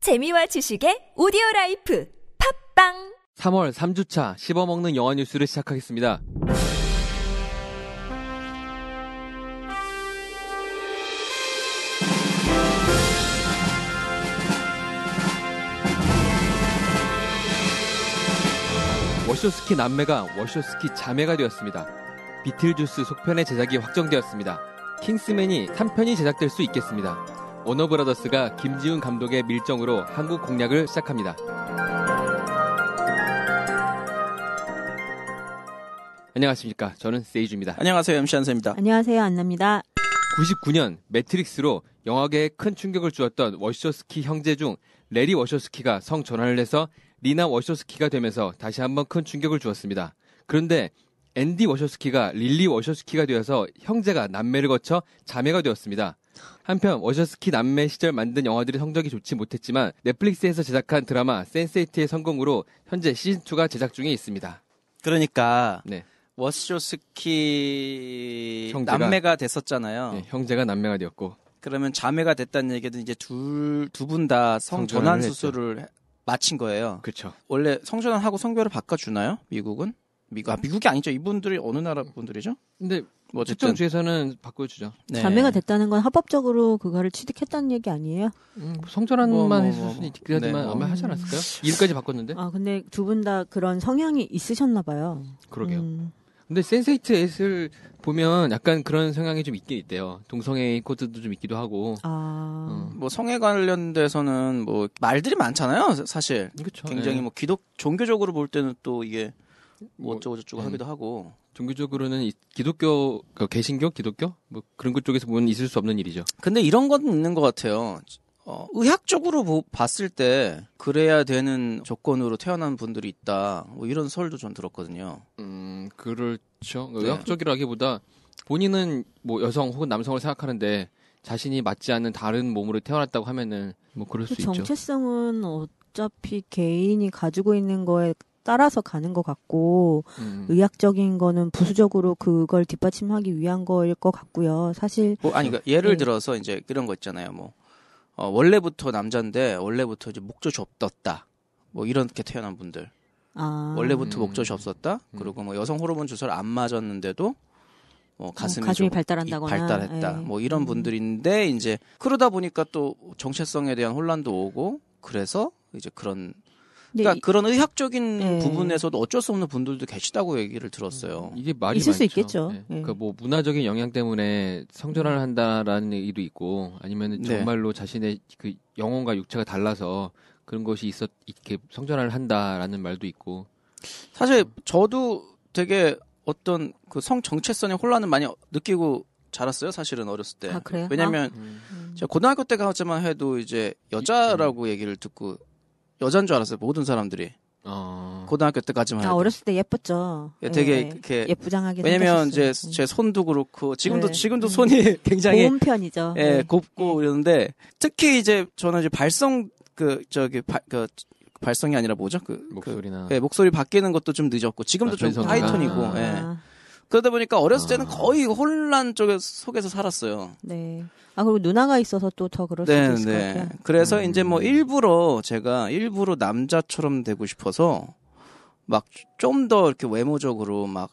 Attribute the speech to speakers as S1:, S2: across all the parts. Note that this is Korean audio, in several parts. S1: 재미와 지식의 오디오 라이프 팝빵
S2: 3월 3주차 씹어먹는 영화 뉴스를 시작하겠습니다. 워쇼스키 남매가 워쇼스키 자매가 되었습니다. 비틀주스 속편의 제작이 확정되었습니다. 킹스맨이 3편이 제작될 수 있겠습니다. 워너브라더스가 김지훈 감독의 밀정으로 한국 공략을 시작합니다. 안녕하십니까. 저는 세이주입니다.
S3: 안녕하세요 MC 한세입니다.
S4: 안녕하세요 안나입니다.
S2: 99년 매트릭스로 영화계에 큰 충격을 주었던 워쇼스키 형제 중 레리 워쇼스키가 성 전환을 해서 리나 워쇼스키가 되면서 다시 한번 큰 충격을 주었습니다. 그런데 앤디 워쇼스키가 릴리 워쇼스키가 되어서 형제가 남매를 거쳐 자매가 되었습니다. 한편 워셔스키 남매 시절 만든 영화들이 성적이 좋지 못했지만 넷플릭스에서 제작한 드라마 센세이트의 성공으로 현재 시즌2가 제작 중에 있습니다.
S3: 그러니까
S2: 네.
S3: 워쇼스키
S2: 형제가-
S3: 남매가 됐었잖아요.
S2: 네, 형제가 남매가 되었고
S3: 그러면 자매가 됐다는 얘기는 이제 둘 두 분 다
S2: 성전환을
S3: 성전환 수술을 해- 마친 거예요.
S2: 그렇죠.
S3: 원래 성전환하고 성별을 바꿔주나요? 미국은? 미국 아 미국이 아니죠. 이분들이 어느 나라 분들이죠?
S2: 근데
S3: 뭐
S2: 특정
S3: 어쨌든
S2: 주에서는 바꿔주죠.
S3: 네.
S4: 자매가 됐다는 건 합법적으로 그거를 취득했다는 얘기 아니에요?
S2: 성전환만
S3: 뭐, 뭐,
S2: 했을
S3: 뭐,
S2: 수는
S3: 뭐.
S2: 있긴 하지만
S3: 네, 뭐.
S2: 아마 하지 않았을까요? 이름까지
S3: 네.
S2: 바꿨는데?
S4: 아 근데 두 분 다 그런 성향이 있으셨나 봐요.
S2: 그러게요.
S4: 음,
S2: 근데 센세이트 S를 보면 약간 그런 성향이 좀 있긴 있대요. 동성애 코드도 좀 있기도 하고. 음.
S4: 아
S3: 뭐 성에 관련돼서는 뭐 말들이 많잖아요. 사실
S2: 그렇죠.
S3: 굉장히 뭐 기독 종교적으로 볼 때는 또 이게 뭐 어쩌고 저쩌고
S2: 음.
S3: 하기도 하고
S2: 종교적으로는 이- 기독교, 그 개신교, 기독교 뭐 그런 것 쪽에서 보면 있을 수 없는 일이죠.
S3: 근데 이런 건 있는 것 같아요. 어, 의학적으로 보- 봤을 때 그래야 되는 조건으로 태어난 분들이 있다. 뭐 이런 설도 좀 들었거든요.
S2: 음, 그렇죠.
S3: 네.
S2: 의학적이라기보다 본인은 뭐 여성 혹은 남성을 생각하는데 자신이 맞지 않는 다른 몸으로 태어났다고 하면은 뭐 그럴 수
S4: 그
S2: 있죠.
S4: 정체성은 어차피 개인이 가지고 있는 거에 따라서 가는 것 같고
S2: 음.
S4: 의학적인 거는 부수적으로 그걸 뒷받침하기 위한 거일 것 같고요. 사실
S3: 뭐, 아니 그러니까 예를
S4: 네.
S3: 들어서 이제 이런 거 있잖아요. 뭐 어, 원래부터 남자인데 원래부터 이제 목젖이 없었다. 뭐 이렇게 태어난 분들.
S4: 아
S3: 원래부터
S2: 음.
S3: 목젖이 없었다.
S2: 음.
S3: 그리고 뭐 여성 호르몬 주사를 안 맞았는데도 뭐 가슴이,
S4: 어, 가슴이
S3: 좀
S4: 발달한다거나,
S3: 발달했다.
S4: 예.
S3: 뭐 이런
S4: 음.
S3: 분들인데 이제 그러다 보니까 또 정체성에 대한 혼란도 오고 그래서 이제 그런
S4: 근데
S3: 그러니까
S4: 이-
S3: 그런 의학적인
S4: 네.
S3: 부분에서도 어쩔 수 없는 분들도 계시다고 얘기를 들었어요.
S2: 이게 말이
S4: 있을
S2: 많죠.
S4: 수 있겠죠.
S2: 네.
S4: 예. 음.
S2: 그러니까 뭐 문화적인 영향 때문에 성전환을 한다라는 얘기도 있고 아니면
S3: 네.
S2: 정말로 자신의 그 영혼과 육체가 달라서 그런 것이 있었 이렇게 성전환을 한다라는 말도 있고
S3: 사실 저도 되게 어떤 그 성 정체성의 혼란을 많이 느끼고 자랐어요. 사실은 어렸을 때.
S4: 아, 음. 그래요?
S3: 왜냐면 제가 고등학교 때 가지만 해도 이제 여자라고 얘기를 듣고 여잔 줄 알았어요. 모든 사람들이
S2: 어.
S3: 고등학교 때까지만 해도.
S4: 아 어렸을 때 예뻤죠.
S3: 그렇죠. 예, 되게
S4: 예,
S3: 이렇게
S4: 예쁘장하게
S3: 왜냐면 이제
S4: 생기셨어요. 음.
S3: 제 손도 그렇고 지금도
S4: 네.
S3: 지금도
S4: 음.
S3: 손이 굉장히
S4: 고운 편이죠. 네.
S3: 예, 곱고 이러는데 특히 이제 저는 이제 발성 그 저기 발 그 발성이 아니라 뭐죠? 그 그-
S2: 목소리나
S3: 예, 목소리 바뀌는 것도 좀 늦었고 지금도
S2: 아,
S3: 좀
S2: 변성기가.
S3: 하이톤이고
S2: 아.
S3: 예. 그러다 보니까 어렸을 때는
S2: 아.
S3: 거의 혼란 쪽에 속에서 살았어요.
S4: 네. 아 그리고 누나가 있어서 또 더 그럴 수도
S3: 네,
S4: 있을 것
S3: 네.
S4: 같아요.
S3: 그래서
S2: 음.
S3: 이제 뭐 일부러 제가 일부러 남자처럼 되고 싶어서 막 좀 더 이렇게 외모적으로 막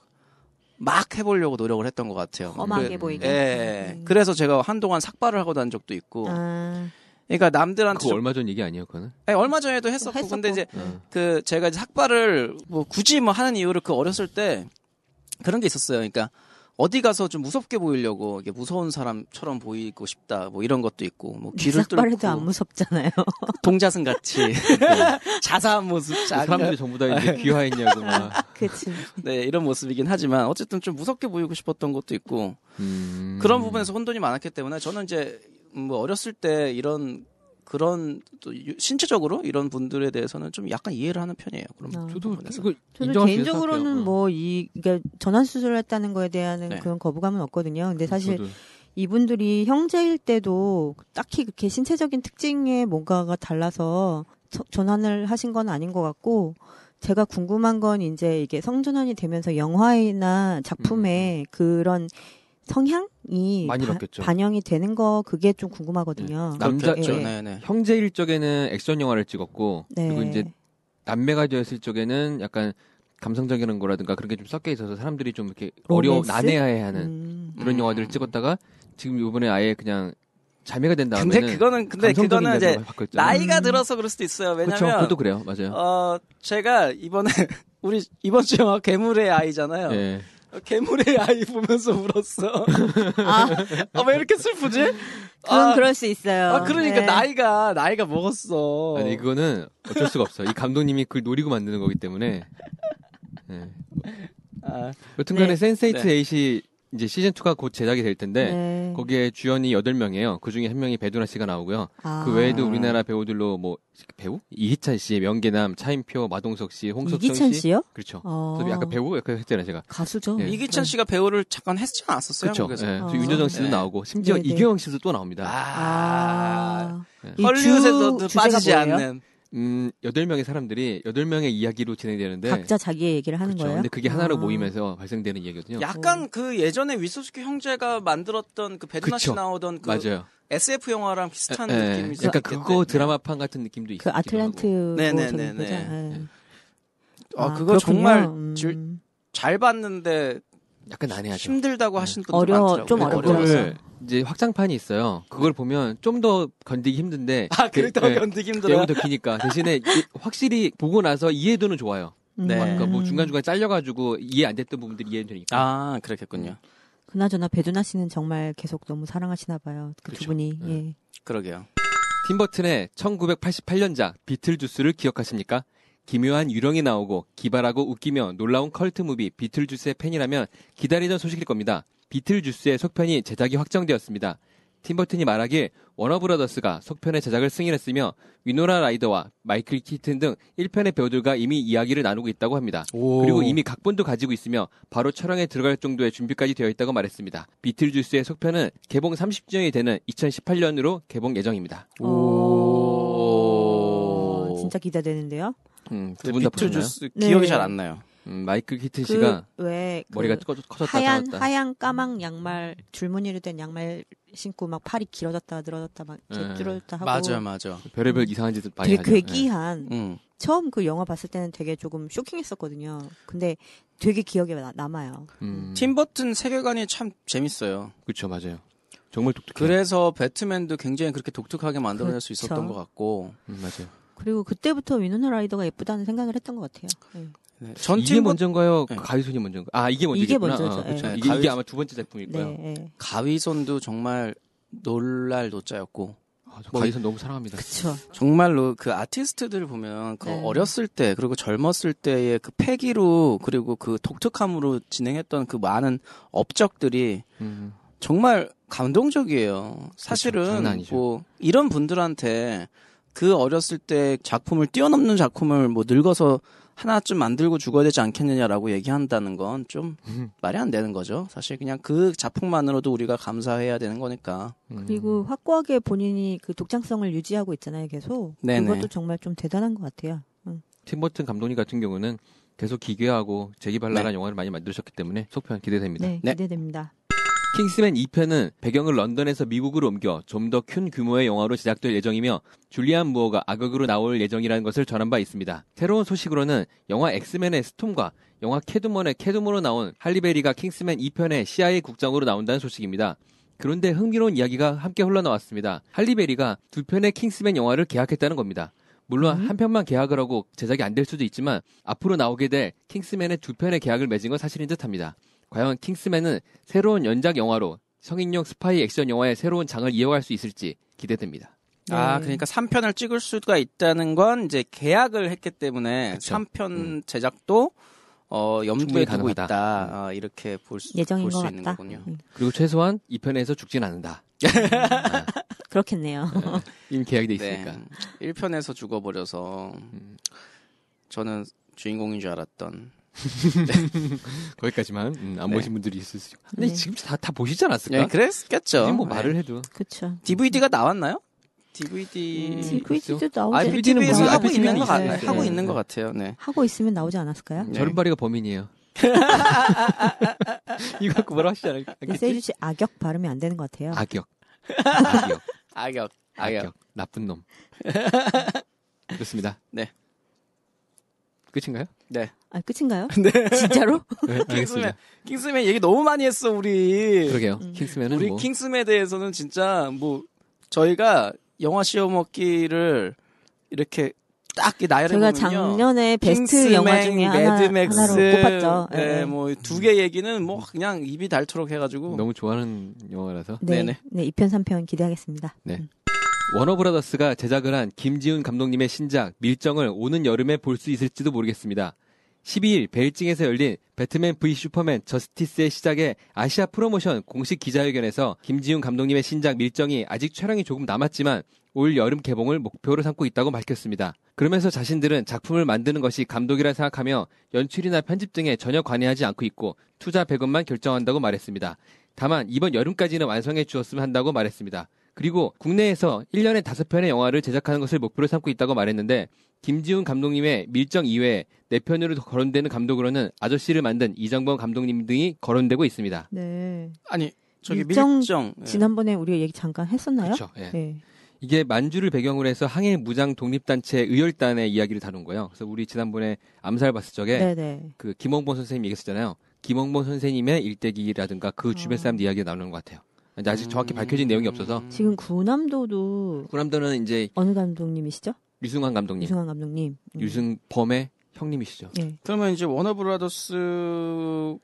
S3: 막 해보려고 노력을 했던 것 같아요.
S4: 험하게
S3: 그래-
S4: 보이게.
S2: 네.
S3: 예.
S4: 음.
S3: 그래서 제가 한동안 삭발을 하고 다닌 적도 있고.
S4: 아,
S3: 그러니까 남들한테
S2: 그거
S3: 좀-
S2: 얼마 전 얘기 아니에요, 그거는?
S3: 아니, 얼마 전에도 했었고,
S4: 했었고.
S3: 근데 이제
S4: 네.
S2: 어.
S3: 그 제가 이제 삭발을 뭐 굳이 뭐 하는 이유를 그 어렸을 때 그런 게 있었어요. 그러니까 어디 가서 좀 무섭게 보이려고 이게 무서운 사람처럼 보이고 싶다 뭐 이런 것도 있고 뭐 귀를
S4: 삭발해도 안
S3: 뚫고
S4: 무섭잖아요.
S3: 동자승 같이 네. 자사한 모습 자-
S2: 그 사람들이 전부 다 이제 귀화했냐고 막.
S4: 그치.
S3: 네 이런 모습이긴 하지만 어쨌든 좀 무섭게 보이고 싶었던 것도 있고
S2: 음.
S3: 그런 부분에서 혼돈이 많았기 때문에 저는 이제 뭐 어렸을 때 이런 그런 또 유- 신체적으로 이런 분들에 대해서는 좀 약간 이해를 하는 편이에요. 그럼
S4: 아.
S2: 저도
S3: 부분에서.
S2: 그거
S4: 저는
S2: 인정할 수 있어서
S4: 개인적으로는
S2: 생각해요.
S4: 뭐, 이, 그러니까 전환 수술을 했다는 거에 대한
S3: 네.
S4: 그런 거부감은 없거든요. 근데
S2: 어.
S4: 사실
S2: 저도.
S4: 이분들이 형제일 때도 딱히 그렇게 신체적인 특징에 뭔가가 달라서 저- 전환을 하신 건 아닌 것 같고 제가 궁금한 건 이제 이게 성전환이 되면서 영화이나 작품에 그런 성향이
S2: 음, 많이
S4: 바-
S2: 바뀌었죠.
S4: 반영이 되는 거 그게 좀 궁금하거든요.
S2: 남자-
S4: 예,
S3: 그렇죠.
S4: 예.
S3: 네, 네.
S2: 형제일 적에는 액션 영화를 찍었고
S4: 네.
S2: 그리고 이제 남매가 되었을 적에는 약간 감성적인 거라든가 그런 게 좀 섞여 있어서 사람들이 좀 이렇게 어려워
S4: 로맨스?
S2: 난해해야 하는
S4: 음.
S2: 그런
S3: 음.
S2: 영화들을 찍었다가 지금 이번에 아예 그냥 자매가 된 다음에
S3: 근데 그거는 근데 그거는 이제 나이가
S4: 음.
S3: 들어서 그럴 수도 있어요.
S2: 그렇죠.
S3: 왜냐면
S2: 그것도 그래요. 맞아요.
S3: 어 제가 이번에 우리 이번 주 영화 괴물의 아이잖아요. 어,
S2: 예.
S3: 괴물의 아이 보면서 울었어.
S2: 네.
S4: 아,
S3: 아, 왜 이렇게 슬프지?
S4: 그건
S3: 아,
S2: 그렇죠.
S4: 그럴 수 있어요.
S3: 아, 그러니까
S4: 네.
S3: 나이가 나이가 먹었어.
S2: 아니 그거는 어쩔 수가 없어. 이 감독님이 그걸 노리고 만드는 거기 때문에. 예.
S3: 아,
S2: 여튼간에
S4: 네.
S2: 센세이트
S3: 네.
S2: 에이시 이제 시즌 2가 곧 제작이 될 텐데
S4: 네.
S2: 거기에 주연이 8명이에요. 그 중에 한 명이 배두나 씨가 나오고요.
S4: 아.
S2: 그 외에도 우리나라 배우들로 뭐 배우 이희찬 씨, 명계남, 차인표, 마동석 씨, 홍석천
S4: 이기찬
S2: 씨.
S4: 씨요?
S2: 그렇죠.
S4: 어.
S2: 그래서 약간 배우 약간 했잖아요, 제가.
S4: 가수죠.
S2: 예.
S3: 이기찬 씨가 배우를 잠깐 했지 않았어요?
S2: 그렇죠.
S3: 한국에서?
S2: 예. 그래서
S4: 아.
S2: 윤여정 씨도
S3: 네.
S2: 나오고 심지어
S4: 네네.
S2: 이경영 씨도 또 나옵니다.
S3: 아.
S4: 아.
S2: 네.
S4: 이
S3: 헐리우드에서도
S4: 주-
S3: 빠지지
S4: 주제가 뭐예요?
S3: 않는.
S2: 음, 8명의 사람들이 8명의 이야기로 진행되는데
S4: 각자 자기의 얘기를 하는
S2: 네. 그렇죠.
S4: 거예요.
S2: 근데 그게 하나로
S4: 아.
S2: 모이면서 발생되는 얘기거든요.
S3: 약간 그 예전에 위소스키 형제가 만들었던 그 배두나 씨
S2: 그쵸.
S3: 나오던 그
S2: 맞아요.
S3: SF 영화랑 비슷한
S2: 예, 예.
S3: 느낌이
S2: 약간
S3: 있었겠네.
S2: 그거 드라마판 같은 느낌도
S4: 그
S2: 있기도
S4: 아틀란트
S2: 하고.
S4: 뭐
S3: 네네네네.
S4: 저기 그죠? 예.
S3: 아,
S4: 아,
S3: 그거 정말
S4: 그렇군요.
S3: 질-
S4: 음.
S3: 잘 봤는데
S2: 약간 난해하죠.
S3: 힘들다고 하신 분들
S4: 어려워-
S3: 많더라고요.
S4: 좀
S2: 근데
S4: 어렵더라고요.
S3: 네.
S2: 그거를 이제 확장판이 있어요. 그걸 보면 좀 더 건디기 힘든데
S3: 아, 그랬다고
S2: 예,
S3: 견디기 힘들어요.
S2: 내용은 더 기니까 대신에 이- 확실히 보고 나서 이해도는 좋아요.
S3: 네.
S4: 음.
S2: 그러니까 뭐 중간 중간 잘려가지고 이해 안 됐던 부분들이 이해는 되니까.
S3: 아, 그렇겠군요.
S4: 그나저나 배두나 씨는 정말 계속 너무 사랑하시나 봐요. 그 두
S2: 그쵸.
S4: 분이.
S2: 네.
S4: 예.
S3: 그러게요.
S2: 팀버튼의 1988년작 비틀주스를 기억하십니까? 기묘한 유령이 나오고 기발하고 웃기며 놀라운 컬트 무비 비틀주스의 팬이라면 기다리던 소식일 겁니다. 비틀주스의 속편이 제작이 확정되었습니다. 팀버튼이 말하길 워너브라더스가 속편의 제작을 승인했으며 위노라 라이더와 마이클 키튼 등 1편의 배우들과 이미 이야기를 나누고 있다고 합니다. 그리고 이미 각본도 가지고 있으며 바로 촬영에 들어갈 정도의 준비까지 되어 있다고 말했습니다. 비틀주스의 속편은 개봉 30주년이 되는 2018년으로 개봉 예정입니다.
S3: 오.
S4: 어, 진짜 기대되는데요.
S2: 음, 두
S3: 근데
S4: 그
S2: 분 다
S3: 비틀
S2: 보셨나요?
S3: 주스
S4: 네.
S3: 기억이 잘 안 나요.
S2: 음, 마이클 키튼 씨가
S4: 그왜
S2: 머리가 커- 커졌다
S4: 하얀
S2: 작았다.
S4: 하얀 까망 양말 줄무늬로 된 양말 신고 막 팔이 길어졌다 늘어졌다 막
S2: 예.
S4: 이렇게 줄었다 하고
S3: 맞아요, 맞아요.
S2: 별의별 이상한 짓을 많이
S4: 되게
S2: 하죠. 예.
S4: 그 괴기한
S3: 음.
S4: 처음 그 영화 봤을 때는 되게 조금 쇼킹했었거든요. 근데 되게 기억에 나- 남아요.
S2: 음,
S3: 팀 버튼 세계관이 참 재밌어요.
S2: 그렇죠, 맞아요. 정말 독특해. 요
S3: 그래서 배트맨도 굉장히 그렇게 독특하게 만들어낼 수 있었던
S4: 그쵸.
S3: 것 같고.
S2: 음, 맞아요.
S4: 그리고 그때부터 위노나 라이더가 예쁘다는 생각을 했던 것 같아요. 예.
S3: 네. 전
S2: 이게
S3: 팀 버튼
S2: 먼저인가요?
S3: 네.
S2: 가위손이 먼저인가? 아 이게 먼저.
S4: 이게 먼저죠,
S2: 아, 그렇죠.
S3: 예.
S2: 이게,
S3: 가위-
S2: 이게 아마 두 번째 작품일 거예요.
S4: 네. 예.
S3: 가위손도 정말 놀랄 노자였고.
S2: 아, 저
S3: 뭐-
S2: 가위손 너무 사랑합니다.
S4: 그쵸.
S3: 정말로 그 아티스트들 보면 그
S4: 네.
S3: 어렸을 때 그리고 젊었을 때의 그 패기로 그리고 그 독특함으로 진행했던 그 많은 업적들이
S2: 음,
S3: 정말 감동적이에요. 사실은
S2: 장난 아니죠.
S3: 뭐 이런 분들한테 그 어렸을 때 작품을 뛰어넘는 작품을 뭐 늙어서 하나쯤 만들고 죽어야 되지 않겠느냐라고 얘기한다는 건 좀
S2: 음.
S3: 말이 안 되는 거죠. 사실 그냥 그 작품만으로도 우리가 감사해야 되는 거니까.
S2: 음.
S4: 그리고 확고하게 본인이 그 독창성을 유지하고 있잖아요, 계속.
S3: 네네.
S4: 그것도 정말 좀 대단한 것 같아요. 음. 응.
S2: 팀버튼 감독님 같은 경우는 계속 기괴하고 재기발랄한 영화를 많이 만드셨기 때문에 속편 기대됩니다.
S4: 네,
S3: 네.
S4: 기대됩니다.
S2: 킹스맨 2편은 배경을 런던에서 미국으로 옮겨 좀 더 큰 규모의 영화로 제작될 예정이며 줄리안 무어가 악역으로 나올 예정이라는 것을 전한 바 있습니다. 새로운 소식으로는 영화 엑스맨의 스톰과 영화 캐드먼의 캐드먼으로 나온 할리베리가 킹스맨 2편의 CIA 국장으로 나온다는 소식입니다. 그런데 흥미로운 이야기가 함께 흘러나왔습니다. 할리베리가 두 편의 킹스맨 영화를 계약했다는 겁니다. 물론 한 편만 계약을 하고 제작이 안 될 수도 있지만 앞으로 나오게 될 킹스맨의 두 편의 계약을 맺은 건 사실인 듯합니다. 과연 킹스맨은 새로운 연작 영화로 성인용 스파이 액션 영화의 새로운 장을 이어갈 수 있을지 기대됩니다.
S4: 네.
S3: 아, 그러니까 3편을 찍을 수가 있다는 건 이제 계약을 했기 때문에
S2: 그쵸.
S3: 3편
S2: 음.
S3: 제작도 어,
S2: 충분히
S3: 염두에 두고
S2: 가능하다. 음.
S3: 있다. 아, 이렇게 볼 수,
S4: 예정인
S3: 볼
S4: 것
S3: 수 있는
S4: 같다. 음.
S3: 거군요.
S4: 응.
S2: 그리고 최소한 이 편에서 죽진 않는다.
S4: 그렇겠네요.
S2: 아, 이미 계약돼 있으니까.
S3: 네. 1편에서 죽어버려서
S2: 음.
S3: 저는 주인공인 줄 알았던.
S2: 거기까지만 음, 안
S3: 네.
S2: 보신 분들이 있을 수. 있고. 근데
S4: 네.
S2: 지금 다 다 보시지
S3: 예,
S2: 않았을까?
S3: 그랬겠죠.
S2: 지금 뭐 말을 해도.
S4: 그쵸.
S3: DVD가 나왔나요? DVD
S2: 음.
S4: DVD도 나오지. 네.
S2: IPTV는
S3: 에서
S2: 뭐
S3: 하고
S2: IPTV 는
S3: 아, 있는 것
S2: 있어요.
S3: 같아요. 하고
S2: 네.
S3: 있는 것 같아요. 네.
S4: 하고 있으면 나오지 않았을까요?
S3: 네.
S2: 저른바리가 범인이에요. 이거 갖고 뭐라고 하시지 않을- 않겠지?
S4: 세이주 씨 악역 발음이 안 되는 것 같아요.
S2: 악역. 악역.
S3: 악역. 악역.
S2: 악역. 나쁜 놈. 그렇습니다.
S3: 네.
S2: 끝인가요?
S3: 네.
S4: 아 끝인가요? 진짜로?
S2: 네,
S3: 킹스맨.
S2: 알겠습니다.
S3: 킹스맨 얘기 너무 많이 했어 우리.
S2: 그러게요.
S4: 음.
S2: 킹스맨은
S3: 우리
S2: 뭐
S3: 킹스맨에 대해서는 진짜 뭐 저희가 영화 시어먹기를 이렇게 딱
S4: 저희가
S3: 나열해보면요.
S4: 작년에 베스트 영화 중에 하나,
S3: 매드맥스,
S4: 하나로 꼽았죠. 예,
S3: 네, 뭐 두 개 얘기는 뭐 그냥 입이 닳도록 해가지고
S2: 너무 좋아하는 영화라서
S4: 네,
S3: 네네.
S4: 네, 2편 3편 기대하겠습니다.
S2: 네.
S4: 음.
S2: 워너브라더스가 제작을 한 김지훈 감독님의 신작 밀정을 오는 여름에 볼 수 있을지도 모르겠습니다. 12일 베이징에서 열린 배트맨 v 슈퍼맨 저스티스의 시작에 아시아 프로모션 공식 기자회견에서 김지훈 감독님의 신작 밀정이 아직 촬영이 조금 남았지만 올 여름 개봉을 목표로 삼고 있다고 밝혔습니다. 그러면서 자신들은 작품을 만드는 것이 감독이라 생각하며 연출이나 편집 등에 전혀 관여하지 않고 있고 투자 100원만 결정한다고 말했습니다. 다만 이번 여름까지는 완성해 주었으면 한다고 말했습니다. 그리고 국내에서 1년에 5편의 영화를 제작하는 것을 목표로 삼고 있다고 말했는데 김지훈 감독님의 밀정 이외에 4편으로 거론되는 감독으로는 아저씨를 만든 이정범 감독님 등이 거론되고 있습니다.
S4: 네.
S3: 아니 저기
S4: 밀정
S3: 밀정, 예.
S4: 지난번에 우리 얘기 잠깐 했었나요?
S2: 네. 그렇죠. 예.
S4: 네.
S2: 이게 만주를 배경으로 해서 항해 무장 독립단체 의열단의 이야기를 다룬 거예요. 그래서 우리 지난번에 암살 봤을 적에
S4: 네, 네.
S2: 그 김홍범 선생님 얘기했었잖아요. 김홍범 선생님의 일대기라든가 그 주변 사람들 이야기가 나오는 것 같아요. 근데 아직
S3: 음.
S2: 정확히 밝혀진 내용이 없어서
S4: 음, 지금 구남도도
S2: 구남도는 이제
S4: 어느 감독님이시죠?
S2: 유승환 감독님,
S4: 유승환 감독님.
S2: 예.
S4: 음.
S2: 유승범의 형님이시죠.
S4: 예.
S3: 그러면 이제 워너브라더스에서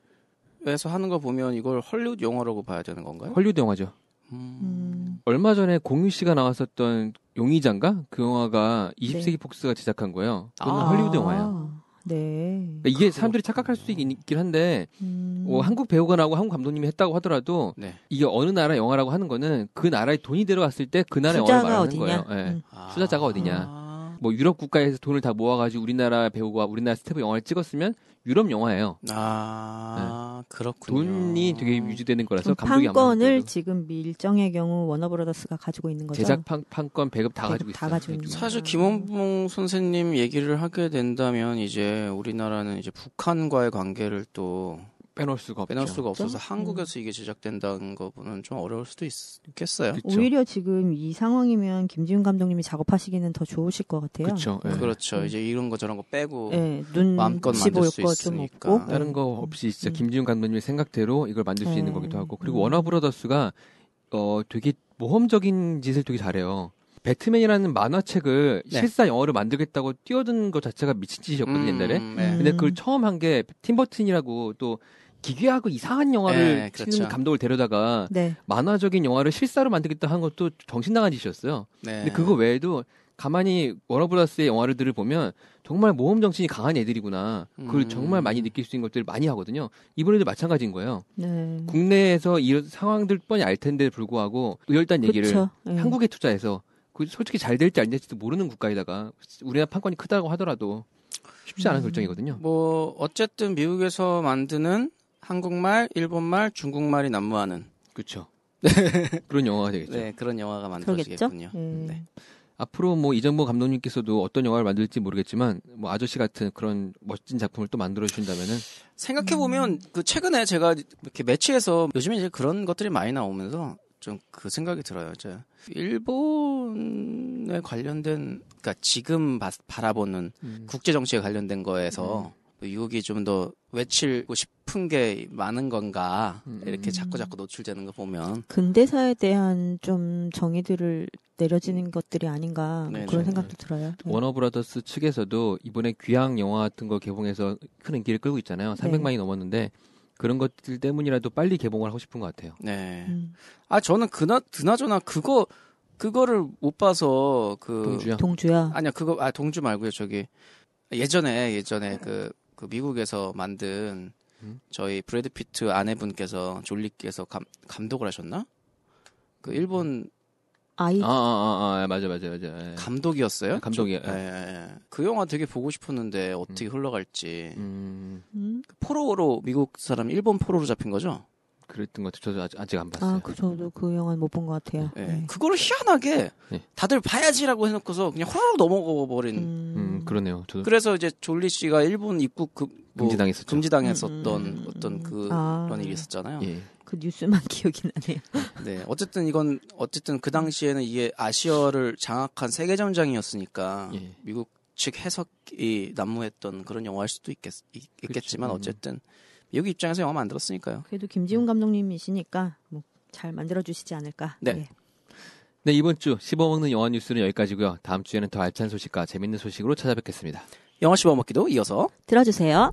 S3: 하는 거 보면 이걸 헐리우드 영화라고 봐야 되는 건가요?
S2: 헐리우드 영화죠.
S4: 음.
S2: 얼마 전에 공유 씨가 나왔었던 용의자인가? 그 영화가 20세기
S4: 네.
S2: 폭스가 제작한 거예요. 그건
S3: 아.
S2: 헐리우드 영화예요.
S4: 아, 네.
S2: 그러니까 이게 사람들이 착각할 수도 있- 있긴 한데
S4: 음.
S2: 뭐 한국 배우가 나오고 한국 감독님이 했다고 하더라도
S3: 네.
S2: 이게 어느 나라 영화라고 하는 거는 그 나라에 돈이 들어왔을 때 그 나라 영화를
S4: 투자가
S2: 말하는 거예요.
S4: 어디냐?
S2: 예.
S4: 음.
S2: 투자자가 어디냐.
S3: 아.
S2: 뭐 유럽 국가에서 돈을 다 모아가지고 우리나라 배우가 우리나라 스태프 영화를 찍었으면 유럽 영화예요.
S3: 아 그렇군요.
S2: 네. 돈이 되게 유지되는 거라서
S4: 그럼
S2: 감독이 아무래도
S4: 판권을 지금 밀정의 경우 워너브라더스가 가지고 있는 거죠.
S2: 제작 판, 판권 배급 다 가지고
S4: 배급
S2: 있어요.
S4: 다 가지고 있는 거예요.
S3: 사실 김원봉 선생님 얘기를 하게 된다면 이제 우리나라는 이제 북한과의 관계를 또
S2: 빼놓을 수가 없죠.
S3: 빼놓을 수가 없어서
S4: 그렇죠?
S3: 한국에서 이게 제작된다는 거는 좀 어려울 수도 있겠어요.
S2: 그쵸.
S4: 오히려 지금 이 상황이면 김지훈 감독님이 작업하시기는 더 좋으실 것 같아요.
S2: 그렇죠. 예.
S3: 그렇죠. 이제 이런 거 저런 거 빼고
S4: 예, 눈
S3: 마음껏
S4: 씹볼
S3: 만들 수
S4: 거 좀
S3: 있으니까. 네.
S4: 없고
S2: 다른 거 없이 진짜
S4: 음.
S2: 김지훈 감독님의 생각대로 이걸 만들 수
S3: 네.
S2: 있는
S4: 음.
S2: 거기도 하고 그리고
S4: 음.
S2: 워너브러더스가 어 되게 모험적인 짓을 되게 잘해요. 배트맨이라는 만화책을
S3: 네.
S2: 실사 영화로 만들겠다고 뛰어든 것 자체가 미친 짓이었거든요 옛날에.
S3: 음, 네.
S2: 근데 그걸 처음 한 게 팀버튼이라고 또 기괴하고 이상한
S3: 네,
S2: 영화를 찍는
S3: 그렇죠.
S2: 감독을 데려다가
S4: 네.
S2: 만화적인 영화를 실사로 만들겠다 한 것도 정신 나간 짓이었어요.
S3: 네.
S2: 근데 그거 외에도 가만히 워너브라스의 영화들을 보면 정말 모험 정신이 강한 애들이구나. 그걸
S3: 음.
S2: 정말 많이 느낄 수 있는 것들을 많이 하거든요. 이번에도 마찬가지인 거예요.
S4: 네.
S2: 국내에서 이런 상황들 뻔히 알 텐데 불구하고 의열단 얘기를
S4: 그쵸. 예.
S2: 한국에 투자해서 그 솔직히 잘 될지 안 될지도 모르는 국가에다가 우리나라 판권이 크다고 하더라도 쉽지 않은
S4: 음.
S2: 결정이거든요.
S3: 뭐 어쨌든 미국에서 만드는 한국말, 일본말, 중국말이 난무하는
S2: 그렇죠. 그런 영화가 되겠죠.
S3: 네, 그런 영화가
S4: 그러겠죠.
S3: 만들어지겠군요.
S4: 예.
S3: 네.
S2: 앞으로 뭐 이정모 감독님께서도 어떤 영화를 만들지 모르겠지만 뭐 아저씨 같은 그런 멋진 작품을 또 만들어 주신다면은
S3: 생각해 보면 그 최근에 제가 이렇게 매치해서 요즘에 이제 그런 것들이 많이 나오면서 좀 그 생각이 들어요. 이제 일본에 관련된 그러니까 지금 바, 라보는 국제 정치에 관련된 거에서 미국이 좀 더 외치고 싶은 게 많은 건가
S2: 음.
S3: 이렇게 자꾸 자꾸 노출되는 거 보면
S4: 근대사에 대한 좀 정의들을 내려지는 것들이 아닌가
S3: 네,
S4: 그런
S3: 네,
S4: 생각도 들어요. 예.
S2: 음. 워너브라더스 측에서도 이번에 귀향 영화 같은 거 개봉해서 큰 인기를 끌고 있잖아요. 300만이 넘었는데 그런 것들 때문이라도 빨리 개봉을 하고 싶은 것 같아요.
S3: 네.
S4: 음.
S3: 아 저는 그나 그나저나 그거 그거를 못 봐서 그
S2: 동주야.
S4: 동주야.
S3: 아니야 그거 아 동주 말고요 저기 예전에 예전에 그, 그 미국에서 만든
S2: 음?
S3: 저희 브래드 피트 아내분께서 졸리께서 감, 감독을 하셨나 그 일본
S4: 아이
S2: 아, 아, 아, 아, 맞아, 맞아, 맞아. 예.
S3: 감독이었어요
S2: 네, 감독이에요.
S3: 저- 예, 예, 예. 그 영화 되게 보고 싶었는데 어떻게 흘러갈지 그
S2: 음,
S4: 음?
S3: 포로로 미국 사람 일본 포로로 잡힌 거죠
S2: 그랬던 것 같아요. 저도 아직, 아직 안 봤어요.
S4: 아, 그 저도 그 영화는 못 본 것 같아요.
S3: 예.
S4: 네.
S3: 그거를 희한하게
S2: 네.
S3: 다들 봐야지라고
S4: 음.
S3: 해놓고서 그냥 호로록 넘어가 버린
S2: 음, 그러네요. 저도
S3: 그래서 이제 졸리 씨가 일본 입국 그 뭐
S2: 금지당했었죠.
S3: 금지당했었던
S4: 음, 음, 음.
S3: 어떤 그
S4: 아.
S3: 그런 일이 있었잖아요.
S2: 예.
S4: 그 뉴스만 기억이 나네요.
S3: 네, 어쨌든 이건 어쨌든 그 당시에는 이게 아시아를 장악한 세계 전장이었으니까
S2: 예.
S3: 미국 측 해석이 난무했던 그런 영화일 수도 있겠, 지만
S2: 그치, 음.
S3: 어쨌든 미국 입장에서 영화 만들었으니까요.
S4: 그래도 김지훈 감독님이시니까 뭐 잘 만들어 주시지 않을까.
S3: 네.
S4: 예.
S2: 네, 이번 주 씹어먹는 영화 뉴스는 여기까지고요. 다음 주에는 더 알찬 소식과 재밌는 소식으로 찾아뵙겠습니다.
S3: 영화 씹어먹기도 이어서
S4: 들어주세요.